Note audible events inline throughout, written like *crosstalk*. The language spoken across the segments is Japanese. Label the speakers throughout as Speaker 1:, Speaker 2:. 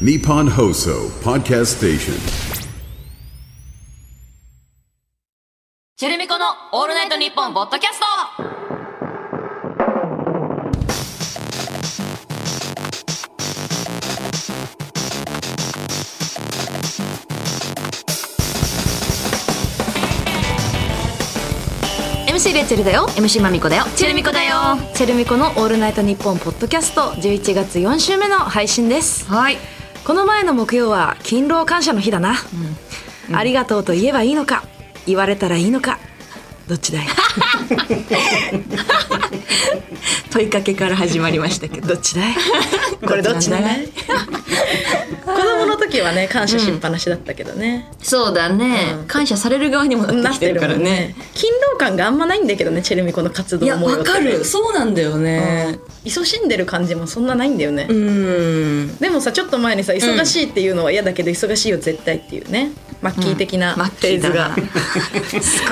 Speaker 1: Nippon Hoso Podcast Station.
Speaker 2: チェルミコのオールナイトニッポンポッドキャスト
Speaker 3: ミシーレチェルだよ
Speaker 2: MC まみこだよチェルミコだよ
Speaker 3: チェルミコの「オールナイトニッポン」ポッドキャスト11月4週目の配信です
Speaker 2: はい
Speaker 3: この前の木曜は勤労感謝の日だな、ありがとうと言えばいいのか言われたらいいのかどっちだい問いかけから始まりましたけどどっちだいこれどっちだい
Speaker 4: *laughs* 子供の時はね感謝しっぱなしだったけどね、
Speaker 2: そうだね、感謝される側にもな
Speaker 4: な
Speaker 2: ってき
Speaker 4: っ
Speaker 2: て
Speaker 4: て
Speaker 2: る
Speaker 4: る
Speaker 2: か
Speaker 4: からら
Speaker 2: ね *laughs*
Speaker 4: ね勤労感があんまないんだけどねチェルミコの活動も
Speaker 2: そうなんだよね
Speaker 4: 勤しんでる感じもそんなないんだよね、
Speaker 2: うん
Speaker 4: でもさちょっと前にさ忙しいっていうのは嫌だけど忙しいよ絶対っていうねマッキー的なフ
Speaker 2: マッキ
Speaker 4: ェ
Speaker 2: ー
Speaker 4: ーズ
Speaker 2: だ
Speaker 4: が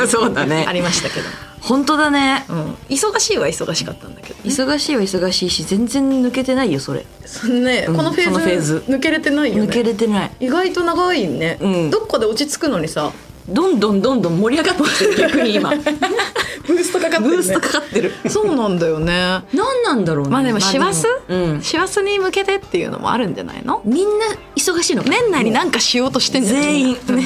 Speaker 2: なそうだ
Speaker 4: *laughs* あ
Speaker 2: ね
Speaker 4: りましたけど、
Speaker 2: 本当だね
Speaker 4: うん、忙しいは忙しかったんだけど、ね、
Speaker 2: 忙しいは忙しいし全然抜けてないよそれ
Speaker 4: そのね、
Speaker 2: うん
Speaker 4: このフェ
Speaker 2: そのフェー
Speaker 4: ー
Speaker 2: ズ
Speaker 4: ズ抜けれてないよ
Speaker 2: 抜け
Speaker 4: ね
Speaker 2: れてない
Speaker 4: 意外と長いね、
Speaker 2: うん
Speaker 4: どっかで落ち着くのにさ
Speaker 2: どんどんどんどん盛り上がってきてる逆に今 *laughs* ブ
Speaker 4: ブーストかかってるね
Speaker 2: ーストかかってる
Speaker 4: そうなんだよね
Speaker 2: 何なんだろうね
Speaker 3: まあでも師走、
Speaker 2: うん
Speaker 3: 師走に向けてっていうのもあるんじゃないの
Speaker 2: みんな忙しいのかな
Speaker 3: 年内に何かしようとしてんじゃない
Speaker 2: 全員、なん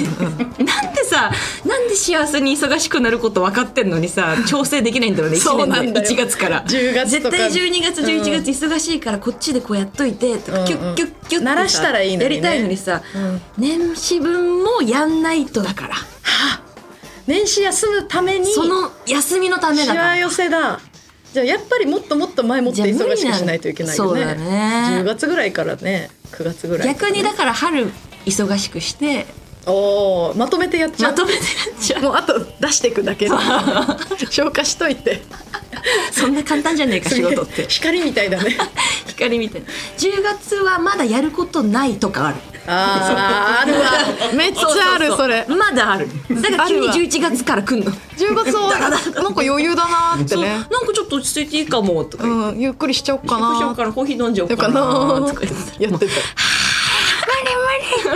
Speaker 2: でさなんで幸せに忙しくなること分かってんのにさ調整できないんだろうね1
Speaker 4: そうな
Speaker 2: 年で
Speaker 4: んだ
Speaker 2: 1
Speaker 4: よ
Speaker 2: 月から
Speaker 4: 10月とか
Speaker 2: 絶対12月11月忙しいからこっちでこうやっといてとか、
Speaker 4: うんうん
Speaker 2: キュッキュッキュッってさ
Speaker 4: 鳴らしたらいいのにね
Speaker 2: やりたいのにさ、
Speaker 4: うん
Speaker 2: 年始分もやんないとだから
Speaker 4: 年始休むために
Speaker 2: その休みのためだ
Speaker 4: し
Speaker 2: か
Speaker 4: わ
Speaker 2: ら
Speaker 4: 寄せだじゃあやっぱりもっともっと前もって
Speaker 2: じゃあ無
Speaker 4: 忙
Speaker 2: 理
Speaker 4: し
Speaker 2: な
Speaker 4: く
Speaker 2: ん
Speaker 4: しないといけない
Speaker 2: そ
Speaker 4: よ
Speaker 2: う
Speaker 4: ね
Speaker 2: だね
Speaker 4: 10月ぐらいからね9月ぐらい
Speaker 2: 逆にだから春忙しくして
Speaker 4: おおまとめてやっちゃ
Speaker 2: ま
Speaker 4: う
Speaker 2: とめてやっちゃう
Speaker 4: もうあと出していくだけ消化しといて
Speaker 2: そんな簡単じゃねえか仕事って
Speaker 4: 光みたいだね
Speaker 2: *laughs* 光みたいな10月はまだやることないとかある
Speaker 4: あーあるわめっちゃあるそれ
Speaker 2: まだあるだから急に
Speaker 4: あるわ
Speaker 2: 11月から来んの
Speaker 4: 10月はなんか余裕だなーって
Speaker 2: そう
Speaker 4: ね
Speaker 2: なんかちょっと落ち着いていいかもとか言って
Speaker 4: うんゆっくりしちゃおうか
Speaker 2: どうしよ
Speaker 4: な
Speaker 2: うからコーヒー飲んじゃおう
Speaker 4: と
Speaker 2: か
Speaker 4: かな
Speaker 2: な
Speaker 4: ー
Speaker 2: とか言って
Speaker 4: やってた
Speaker 2: 無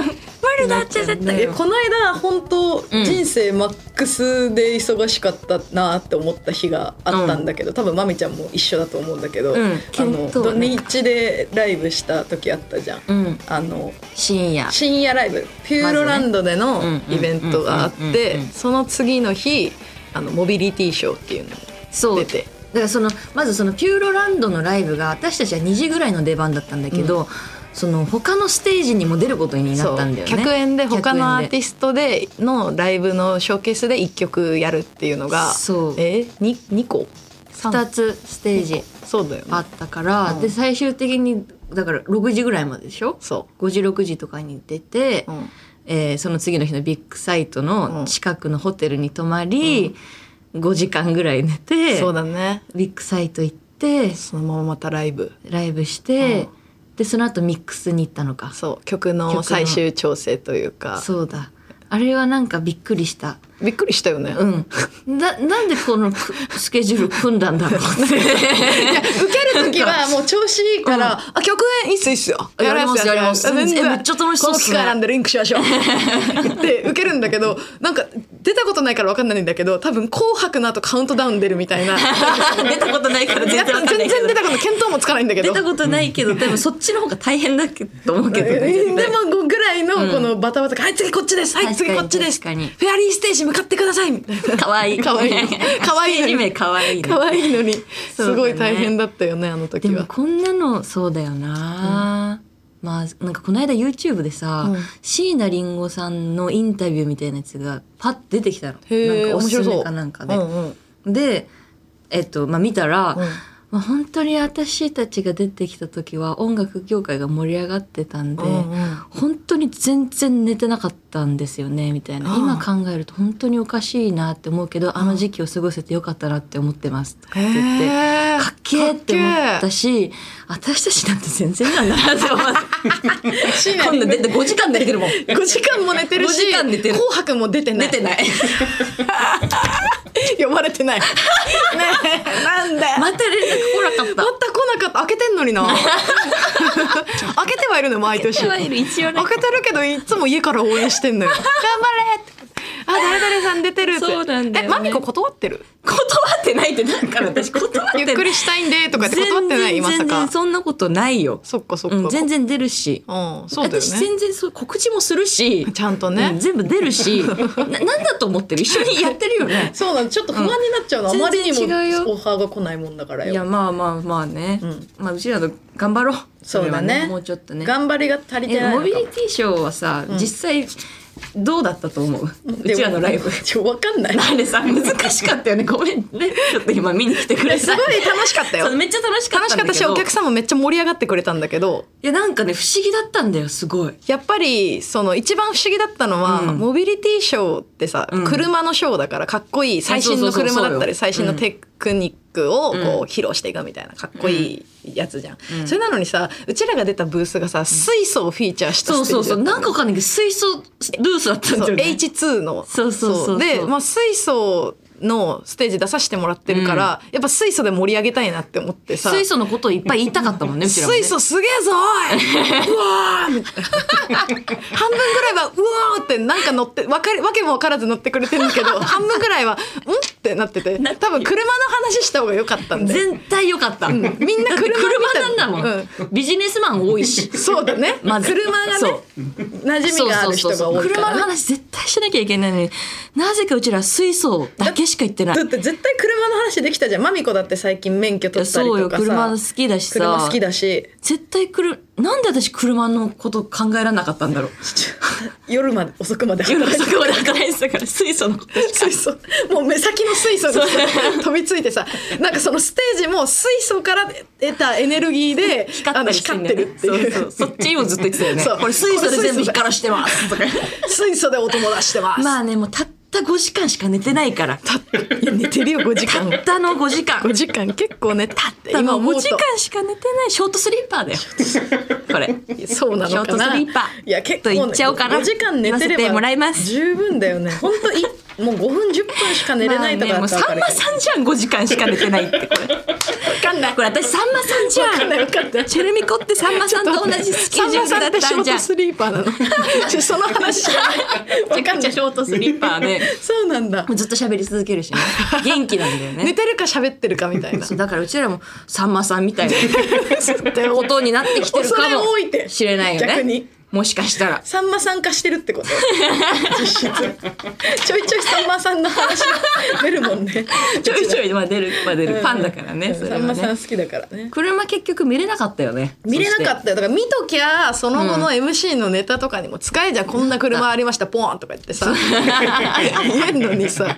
Speaker 2: 理無理無理だっちゃ絶
Speaker 4: え
Speaker 2: 対
Speaker 4: この間本当
Speaker 2: ん
Speaker 4: 人生マックスで忙しかったなって思った日があったんだけど、多分まみちゃんも一緒だと思うんだけど、
Speaker 2: うん
Speaker 4: あの
Speaker 2: そうだ
Speaker 4: 土
Speaker 2: ね
Speaker 4: 日でライブした時あったじゃん。
Speaker 2: うん
Speaker 4: あの
Speaker 2: 深夜
Speaker 4: 深夜ライブピューロランドでの
Speaker 2: ずねうん
Speaker 4: イベントがあっ
Speaker 2: うんうんうん
Speaker 4: て
Speaker 2: うん
Speaker 4: その次の日あのモビリティショーっていうのに
Speaker 2: そう
Speaker 4: 出て
Speaker 2: だからそのまずそのピューロランドのライブが私たちは2時ぐらいの出番だったんだけど、その他のステージにも出ることにな
Speaker 4: そ
Speaker 2: っ
Speaker 4: う
Speaker 2: たんだよね
Speaker 4: 100円で他のアーテ
Speaker 2: ィ
Speaker 4: ィストでのライブのショーケースで1曲やるっていうのが
Speaker 2: そう
Speaker 4: えに 2, 個三
Speaker 2: 2つステージ
Speaker 4: そうだよ
Speaker 2: あ
Speaker 4: ね
Speaker 2: ったから、
Speaker 4: うん
Speaker 2: で最終的にだから6時ぐらいまででしょ
Speaker 4: そ
Speaker 2: 5時6時とかに出て、
Speaker 4: う、うん
Speaker 2: えーその次の日のビッグサイト
Speaker 4: う
Speaker 2: の
Speaker 4: ん
Speaker 2: 近くのホテルに泊まり、5時間ぐらい寝て
Speaker 4: そうだね
Speaker 2: ビッグサイト行って
Speaker 4: そのまままたライブ
Speaker 2: ライブして、でその後ミックスに行ったのか
Speaker 4: そう曲
Speaker 2: 曲
Speaker 4: の
Speaker 2: の
Speaker 4: 最終調整というか
Speaker 2: そうだあれはなんかびっくりした
Speaker 4: びっくりしたよね、
Speaker 2: う
Speaker 4: い
Speaker 2: んななんでこのくスケジュール組んだんだろうって
Speaker 4: や受ける時
Speaker 2: *laughs*
Speaker 4: はもう調子いいから「
Speaker 2: うん
Speaker 4: あ曲演いいっすいいっすよ
Speaker 2: やりますやります
Speaker 4: 全然
Speaker 2: えめっちゃ楽しそうっすね
Speaker 4: この機会なんでリンクしましょ
Speaker 2: *laughs*
Speaker 4: う」って受けるんだけどなんか出たことないから分かんないんだけど多分「紅白」の後カウントダウン出るみたいな
Speaker 2: *laughs* 出たことないから全然わかんない
Speaker 4: 全
Speaker 2: け
Speaker 4: 然
Speaker 2: ど
Speaker 4: 出たこと見当もつかないんだけ
Speaker 2: 出
Speaker 4: ど
Speaker 2: たことないけど多分そっちの方が大変だけどと思うけどね絶
Speaker 4: で
Speaker 2: 対
Speaker 4: もぐらいのこのバタバタ感、はい次こっちですはい次こっちです
Speaker 2: 確かに確
Speaker 4: フェアリーステージ向かってくださいみたいな
Speaker 2: 可愛い *laughs*
Speaker 4: 可愛いの可愛いの
Speaker 2: ステージ
Speaker 4: に
Speaker 2: 名可愛いね
Speaker 4: 可愛いのに
Speaker 2: そうだ
Speaker 4: す
Speaker 2: ね
Speaker 4: ごい大変だったよねあの
Speaker 2: で
Speaker 4: 時
Speaker 2: も
Speaker 4: は
Speaker 2: こんなのそうだよな、まあなんかこの間 YouTube でさ、椎名林檎さんのインタビューみたいなやつがパッて出てきたの
Speaker 4: へ
Speaker 2: なん
Speaker 4: え
Speaker 2: かお
Speaker 4: 面
Speaker 2: す
Speaker 4: 白
Speaker 2: す
Speaker 4: そ
Speaker 2: め
Speaker 4: う
Speaker 2: かなんかで、
Speaker 4: うんうん
Speaker 2: でえっとまあ見たら、まあ、本当に私たちが出てきた時は音楽業界が盛り上がってたんで、
Speaker 4: うんうん
Speaker 2: 本当に全然寝てなかったんですよねみたいな今考えると本当におかしいなって思うけどあの時期を過ごせてよかったなって思ってますとかって言って。
Speaker 4: へえ
Speaker 2: かっけーって思ったし私たちなんて全然なんだなって思って今度出て5時間寝てるもん
Speaker 4: 5時間も寝てるし
Speaker 2: 5時間寝てる
Speaker 4: 紅白も出てな
Speaker 2: 寝
Speaker 4: い
Speaker 2: て
Speaker 4: *laughs*
Speaker 2: ない
Speaker 4: 呼ばれてな
Speaker 2: *laughs*
Speaker 4: いねえなんで *laughs*
Speaker 2: また連絡来なかった *laughs*
Speaker 4: また来なかった開けてんのにな開けてははいるのよ毎年
Speaker 2: いわゆる一応ね
Speaker 4: 開けてるけどいつも家から応援してんのよ頑張れってあ誰々さん出てるって
Speaker 2: そうなんだよね
Speaker 4: えマミコ断ってる
Speaker 2: 断ってないってなんから私断って
Speaker 4: ゆっくりしたいんでとかって断ってない
Speaker 2: 全然
Speaker 4: まさ
Speaker 2: 全
Speaker 4: か
Speaker 2: 然そんなことないよ、
Speaker 4: そっかそっか、
Speaker 2: うん、全然出るし
Speaker 4: うんそうだよ
Speaker 2: 私
Speaker 4: ね
Speaker 2: 全然そう告知もするし
Speaker 4: ちゃんとね
Speaker 2: うん全部出る
Speaker 4: *laughs*
Speaker 2: しななんだと思ってる一緒にやってるよね
Speaker 4: そうなのちょっと不安になっちゃうの、
Speaker 2: うん
Speaker 4: あまりにもオ
Speaker 2: 全然違うよ
Speaker 4: ファーが来 *laughs* ないもんだからよ
Speaker 2: いやまあまあまあね、
Speaker 4: ん
Speaker 2: まあうちらの頑張ろう
Speaker 4: そうだね
Speaker 2: れはもうちょっとね
Speaker 4: 頑張りが足りて
Speaker 2: え
Speaker 4: ないの
Speaker 2: モ
Speaker 4: か
Speaker 2: ビリティショーはさ、実際どうだったと思ううちらのライブ
Speaker 4: *laughs* ちょわか
Speaker 2: *laughs*
Speaker 4: んない
Speaker 2: あれさ難しかったよねごめんねちょっと今見に来てくれ
Speaker 4: すごい楽しかった
Speaker 2: *laughs*
Speaker 4: よ
Speaker 2: そうめっちゃ楽しかっ
Speaker 4: 楽
Speaker 2: た
Speaker 4: し
Speaker 2: んだけど
Speaker 4: かったしお客さんもめっちゃ盛り上がってくれたんだけど
Speaker 2: いやなんかね不思議だったんだよすごい
Speaker 4: やっぱりその一番不思議だったのは、
Speaker 2: うん
Speaker 4: モビリティショーってさ、
Speaker 2: うん
Speaker 4: 車のショーだからかっこいい最新の
Speaker 2: そうそうそうそう
Speaker 4: 車だった
Speaker 2: うん
Speaker 4: り最新のテクニックをこう
Speaker 2: うん
Speaker 4: 披露していくみたいなかっこいいやつじゃん、それなのにさうちらが出たブースがさ水素をフィーチャーした
Speaker 2: そうそうそう
Speaker 4: ステージだ
Speaker 2: な
Speaker 4: った
Speaker 2: ん
Speaker 4: の
Speaker 2: かわかんないけど水素ルースだったんだ
Speaker 4: そ
Speaker 2: よ
Speaker 4: う
Speaker 2: ね
Speaker 4: H2 の
Speaker 2: そうそうそうそう
Speaker 4: で、まあ、水素のステージ出させてもらってるから、やっぱ水素で盛り上げたいなって思ってさ
Speaker 2: 水素のことをいっぱい言いたかったもんねうちらもね
Speaker 4: 水素すげえぞお
Speaker 2: *laughs*
Speaker 4: いうわーみたいな半分ぐらいはうわーってなんか乗ってわかりわけも分からず乗ってくれてるんだけ
Speaker 2: *laughs*
Speaker 4: ど半分ぐらいはんってなってて
Speaker 2: な
Speaker 4: 多分車の話した方が良かったんで
Speaker 2: 全体良かった、みんな
Speaker 4: みんな車みたい
Speaker 2: 車なんだもん、ビジネスマン多い
Speaker 4: *laughs*
Speaker 2: し
Speaker 4: そうだね、
Speaker 2: まず
Speaker 4: 車がね
Speaker 2: そう
Speaker 4: 馴染みがある人が多いから、ね、
Speaker 2: 車の話絶対しなきゃいけないのになぜかうちら水素だけしか言ってない
Speaker 4: だって絶対車の話できたじゃんマミコだって最近免許取ったりと
Speaker 2: そ
Speaker 4: かさ
Speaker 2: うよ車好きだしさ
Speaker 4: 車好きだし
Speaker 2: 絶対くるなんで私車のこと考えられなかったんだろ
Speaker 4: *laughs*
Speaker 2: う
Speaker 4: ちょ夜まで遅くまで
Speaker 2: 夜
Speaker 4: 働いて
Speaker 2: 遅くまで働いてたから水素のことしか
Speaker 4: 水素もう目先の水素が飛びついてさなんかそのステージも水素から得たエネルギーで
Speaker 2: 光
Speaker 4: あ
Speaker 2: っ
Speaker 4: の
Speaker 2: たりしてん
Speaker 4: 光っ
Speaker 2: だ
Speaker 4: て
Speaker 2: よね
Speaker 4: るっていう
Speaker 2: そうそうそっちにもずっと言ってたよね
Speaker 4: そう
Speaker 2: これ水素で全部
Speaker 4: これ水素だ
Speaker 2: 光らしてますとか
Speaker 4: 水素でお友達してます、
Speaker 2: まあねもうたった5時間しか寝てないからたっ
Speaker 4: いや寝てるよ5時間
Speaker 2: たの5時間
Speaker 4: 5時間結構ねたって今思う
Speaker 2: 5
Speaker 4: と
Speaker 2: 時間しか寝てないショートスリーパーだよこれ
Speaker 4: そうな
Speaker 2: ショ
Speaker 4: の
Speaker 2: ート
Speaker 4: か
Speaker 2: ス
Speaker 4: な
Speaker 2: リーパー
Speaker 4: いや結構、ね、
Speaker 2: と言っちゃおうかな
Speaker 4: 5時間
Speaker 2: 言
Speaker 4: 寝てれ
Speaker 2: わせて
Speaker 4: ば
Speaker 2: もらいます
Speaker 4: 十分だよね本当いもう5分10分しか寝れないとかだ
Speaker 2: まあねもう
Speaker 4: っ
Speaker 2: さん
Speaker 4: たら分か
Speaker 2: ま
Speaker 4: る
Speaker 2: さんじゃん5時間しか寝てないってこれ
Speaker 4: 分かんない
Speaker 2: これ私さんまさんじゃん
Speaker 4: わかんないわかんない
Speaker 2: チェルミコってさんまさんと同じスケジュールだった
Speaker 4: さんまさんって
Speaker 2: ん
Speaker 4: シ
Speaker 2: じ
Speaker 4: ョー
Speaker 2: ゃん
Speaker 4: トスリーパ *laughs* ーなのちょその話知らない
Speaker 2: めちゃくちゃショートスリーパーで
Speaker 4: *laughs* そうなんだ
Speaker 2: もうずっと喋り続けるしね元気なんだよ
Speaker 4: 寝
Speaker 2: ね
Speaker 4: てるか喋ってるかみたいな
Speaker 2: そうだからうちらもさんまさんみたいな
Speaker 4: *laughs*
Speaker 2: こ
Speaker 4: こと
Speaker 2: になってきてるか
Speaker 4: 恐れ多いっ
Speaker 2: も
Speaker 4: て
Speaker 2: しれないよね
Speaker 4: 逆に
Speaker 2: もしかしたら
Speaker 4: さんまさん化してるってこと *laughs* 実質ちょいちょいさんまさんの話出るもんね
Speaker 2: ちょいちょいまあ出るまあ出る
Speaker 4: うん
Speaker 2: ファンだからねそれ
Speaker 4: さ
Speaker 2: は
Speaker 4: んまさん
Speaker 2: ね
Speaker 4: 好きだからね
Speaker 2: 車結局見れなかったよね
Speaker 4: 見れなか
Speaker 2: た
Speaker 4: ったよだから見ときゃその後の MC のネタとかにも使えじゃんこんな車ありましたポーンとか言っ
Speaker 2: *laughs*
Speaker 4: てさ言えんのにさ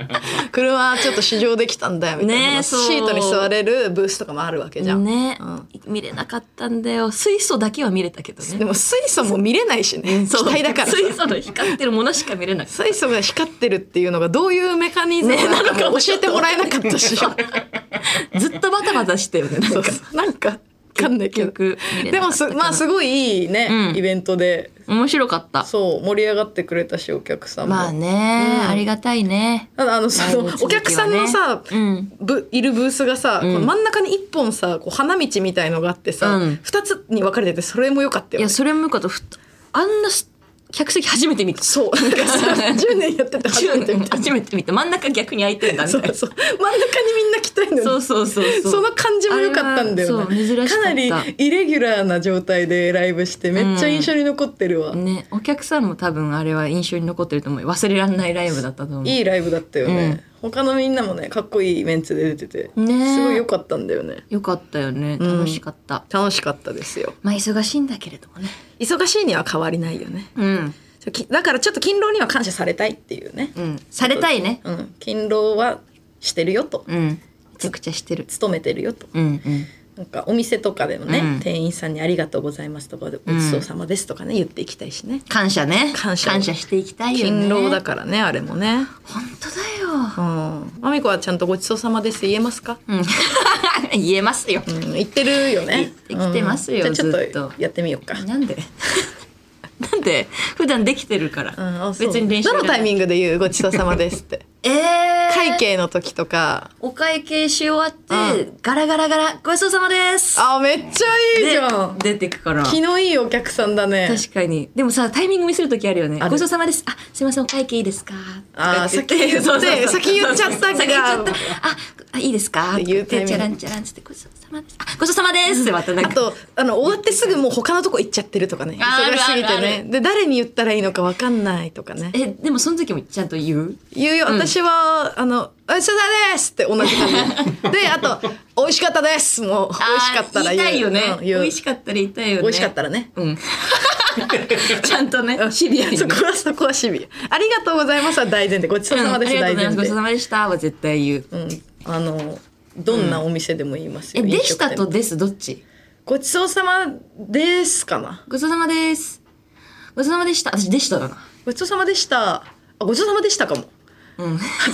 Speaker 4: 車ちょっと試乗できたんだよみたいな、
Speaker 2: ねえそう
Speaker 4: シートに座れるブースとかもあるわけじゃん、
Speaker 2: ね
Speaker 4: うん
Speaker 2: 見れなかったんだよ水素だけは見れたけどね
Speaker 4: でも水素も見れないしね
Speaker 2: そ
Speaker 4: 機
Speaker 2: う
Speaker 4: 体だからさ
Speaker 2: 水素の光ってるものしか見れなかった
Speaker 4: 水素が光ってるっていうのがどういうメカニズムなのかも教えてもらえなかったし
Speaker 2: *laughs* ずっとバタバタしてよねなんか
Speaker 4: なんか分かんないけど
Speaker 2: 結局見れ
Speaker 4: で
Speaker 2: なか
Speaker 4: も
Speaker 2: った
Speaker 4: す
Speaker 2: かな
Speaker 4: まあすごいいいね、
Speaker 2: うん
Speaker 4: イベントで
Speaker 2: 面白かった
Speaker 4: そう盛り上がってくれたしお客さんも、
Speaker 2: まあね、
Speaker 4: うん
Speaker 2: ありがたいね
Speaker 4: ただあのその
Speaker 2: ライブ続きはね
Speaker 4: お客さんのさ、
Speaker 2: うん
Speaker 4: ぶいるブースがさ、この真ん中に一本さこう花道みたいのがあってさ、
Speaker 2: うん
Speaker 4: 二つに分かれててそれも良かった
Speaker 2: い
Speaker 4: よ
Speaker 2: や
Speaker 4: ね
Speaker 2: それもよかったふあんなす客席初めて見た
Speaker 4: そうなんかさ10年やってて初めてみたいな
Speaker 2: 初めて見た真ん中逆に空いてんだみた
Speaker 4: そ
Speaker 2: いうな
Speaker 4: そう真ん中にみんな来たいのに
Speaker 2: そうそうそうそう
Speaker 4: その感じも良かったんだよね
Speaker 2: あれはそう珍しかった
Speaker 4: なりイレギュラーな状態でライブしてめっちゃ印象に残ってるわ、
Speaker 2: ねお客さんも多分あれは印象に残ってると思う忘れられないライブだったと思う
Speaker 4: いいライブだったよね、他のみんなもねかっこいいメンツで出てて、
Speaker 2: ねえ
Speaker 4: すごい良かったんだよね
Speaker 2: よかったよね
Speaker 4: ん
Speaker 2: 楽しかった、
Speaker 4: 楽しかったですよ
Speaker 2: まあ忙しいんだけれどもね
Speaker 4: 忙しいには変わりないよね
Speaker 2: うん
Speaker 4: そうきだからちょっと勤労には感謝されたいっていうね、
Speaker 2: うんされたいね
Speaker 4: うん、勤労はしてるよと、
Speaker 2: うんめちゃくちゃしてる
Speaker 4: 勤めてるよと
Speaker 2: うんうん
Speaker 4: なんかお店とかでもね、
Speaker 2: うん
Speaker 4: 店員さんに「ありがとうございます」とかで「ごちそうさまです」とかね言っていきたいしね
Speaker 2: 感謝ね
Speaker 4: 感謝
Speaker 2: していきたいよね
Speaker 4: 勤労だからねあれもね
Speaker 2: 本当だ
Speaker 4: うんまみこはちゃんと「ごちそうさまです」言えますか、うん
Speaker 2: よ、うん、 *laughs* 言えますよ
Speaker 4: 言ってるよね
Speaker 2: 言ってきてますよ
Speaker 4: うんじゃあ
Speaker 2: ずっ
Speaker 4: ちょっ
Speaker 2: と
Speaker 4: とやってみようか、
Speaker 2: なんで *laughs* なんで普段できてるから、
Speaker 4: うんあそう
Speaker 2: 別に練習
Speaker 4: どのタイミ
Speaker 2: ング *laughs*
Speaker 4: ングで言う「ごちそうさまです」って
Speaker 2: えー、
Speaker 4: 会計の時とか
Speaker 2: お会計し終わって、ガラガラガラごちそうさまです
Speaker 4: あめっちゃいいじゃん
Speaker 2: で出てくから
Speaker 4: 気のいいお客さんだね
Speaker 2: 確かにでもさタイミング見せる時あるよね
Speaker 4: る
Speaker 2: ごちそうさまですあすいませんお会計いいですか
Speaker 4: あー
Speaker 2: とか言
Speaker 4: 先言って
Speaker 2: そうそうそう
Speaker 4: 先言っちゃったから
Speaker 2: 先言っちゃったああいいですか
Speaker 4: っていうタイミング
Speaker 2: チャランチャランつってごちそうさまですあごちそうさまですってまたなん
Speaker 4: あ
Speaker 2: か
Speaker 4: とあの終わってすぐもう他のとこ行っちゃってるとかね
Speaker 2: ああ
Speaker 4: 忙
Speaker 2: る
Speaker 4: しすぎて
Speaker 2: あるあ
Speaker 4: ねで誰に言ったらいいのか分かんないとかね
Speaker 2: えでもその時もちゃんと言う
Speaker 4: 言うよ私は「あのおいしさです」って同じ感じ
Speaker 2: *laughs*
Speaker 4: であと「美味しかったです」もう美味しかったら
Speaker 2: あー言いたいよね、
Speaker 4: うん
Speaker 2: 美
Speaker 4: 言う
Speaker 2: 味しかったら言いたいよね
Speaker 4: 美味しかった
Speaker 2: ら
Speaker 4: らね
Speaker 2: うんちゃんとねシビアにね
Speaker 4: *laughs* そこはそこはシビアありがとうございますは大前提ごちそうさまです、
Speaker 2: うんあり
Speaker 4: 大
Speaker 2: がとうございますごち
Speaker 4: 前
Speaker 2: そう
Speaker 4: 提
Speaker 2: さまでしたは絶対言う、
Speaker 4: うんあのどんなお店でも言います
Speaker 2: え
Speaker 4: よ、飲
Speaker 2: で
Speaker 4: 食
Speaker 2: した
Speaker 4: 店
Speaker 2: とですどっち
Speaker 4: ごちそうさまですかな
Speaker 2: ごちそうさまですごちそうさまでした私でしただな
Speaker 4: ごちそうさまでしたあごちそうさまでしたかも
Speaker 2: うん
Speaker 4: *laughs*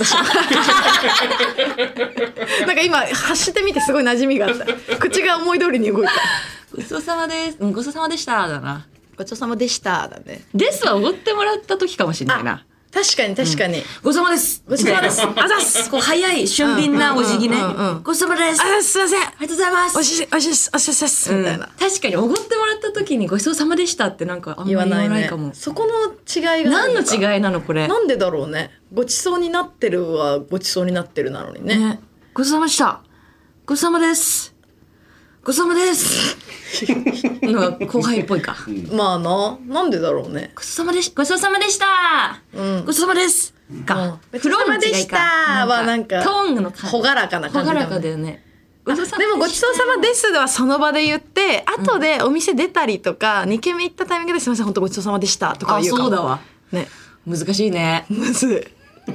Speaker 4: なんか今発してみてすごい馴染みがあった口が思い通りに動いた
Speaker 2: ごちそうさまです。うんごちそうさまでした。だな。
Speaker 4: ごちそうさまでしただね
Speaker 2: ですはおごってもらった時かもしれないな。
Speaker 4: 確かに確かに、
Speaker 2: ごちそうさまです。
Speaker 4: ごちそうさまです
Speaker 2: あざっす。こう早い、俊敏なお辞儀ね
Speaker 4: うんうんうんうん。
Speaker 2: ごちそうさまです。あり
Speaker 4: あすいません
Speaker 2: がとうございます。
Speaker 4: おしおしおしおしみたいな、
Speaker 2: 確かにおごってもらった時にごちそうさまでしたってなんかあんまり
Speaker 4: 言わ
Speaker 2: 言
Speaker 4: な
Speaker 2: わ
Speaker 4: い
Speaker 2: な
Speaker 4: ね
Speaker 2: いかも。
Speaker 4: そこの違いが
Speaker 2: 何の
Speaker 4: い
Speaker 2: 違いなのこれ。
Speaker 4: なんでだろうねごちそうになってるはごちそうになってるなのにね
Speaker 2: ねごちそうさまでした。ごちそうさまです。ごちそうさま *laughs* です。のが後輩っぽいか。
Speaker 4: まあななんでだろうね
Speaker 2: ごちそうさまでしごちそうさまでした。
Speaker 4: うん
Speaker 2: ごちそうさまです。
Speaker 4: うん
Speaker 2: か。
Speaker 4: ごちそうさまでしたはなんか
Speaker 2: トーンの感じ
Speaker 4: 朗らかな感じ
Speaker 2: ほが
Speaker 4: だね
Speaker 2: らかだよね。
Speaker 4: あ *laughs* でもごちそうさまですではその場で言って後でお店出たりとか、二2軒目行ったタイミングですいません本当ごちそうさまでしたとか
Speaker 2: あ、
Speaker 4: 言うかも
Speaker 2: そうだわ。
Speaker 4: ね
Speaker 2: 難しいね。
Speaker 4: むず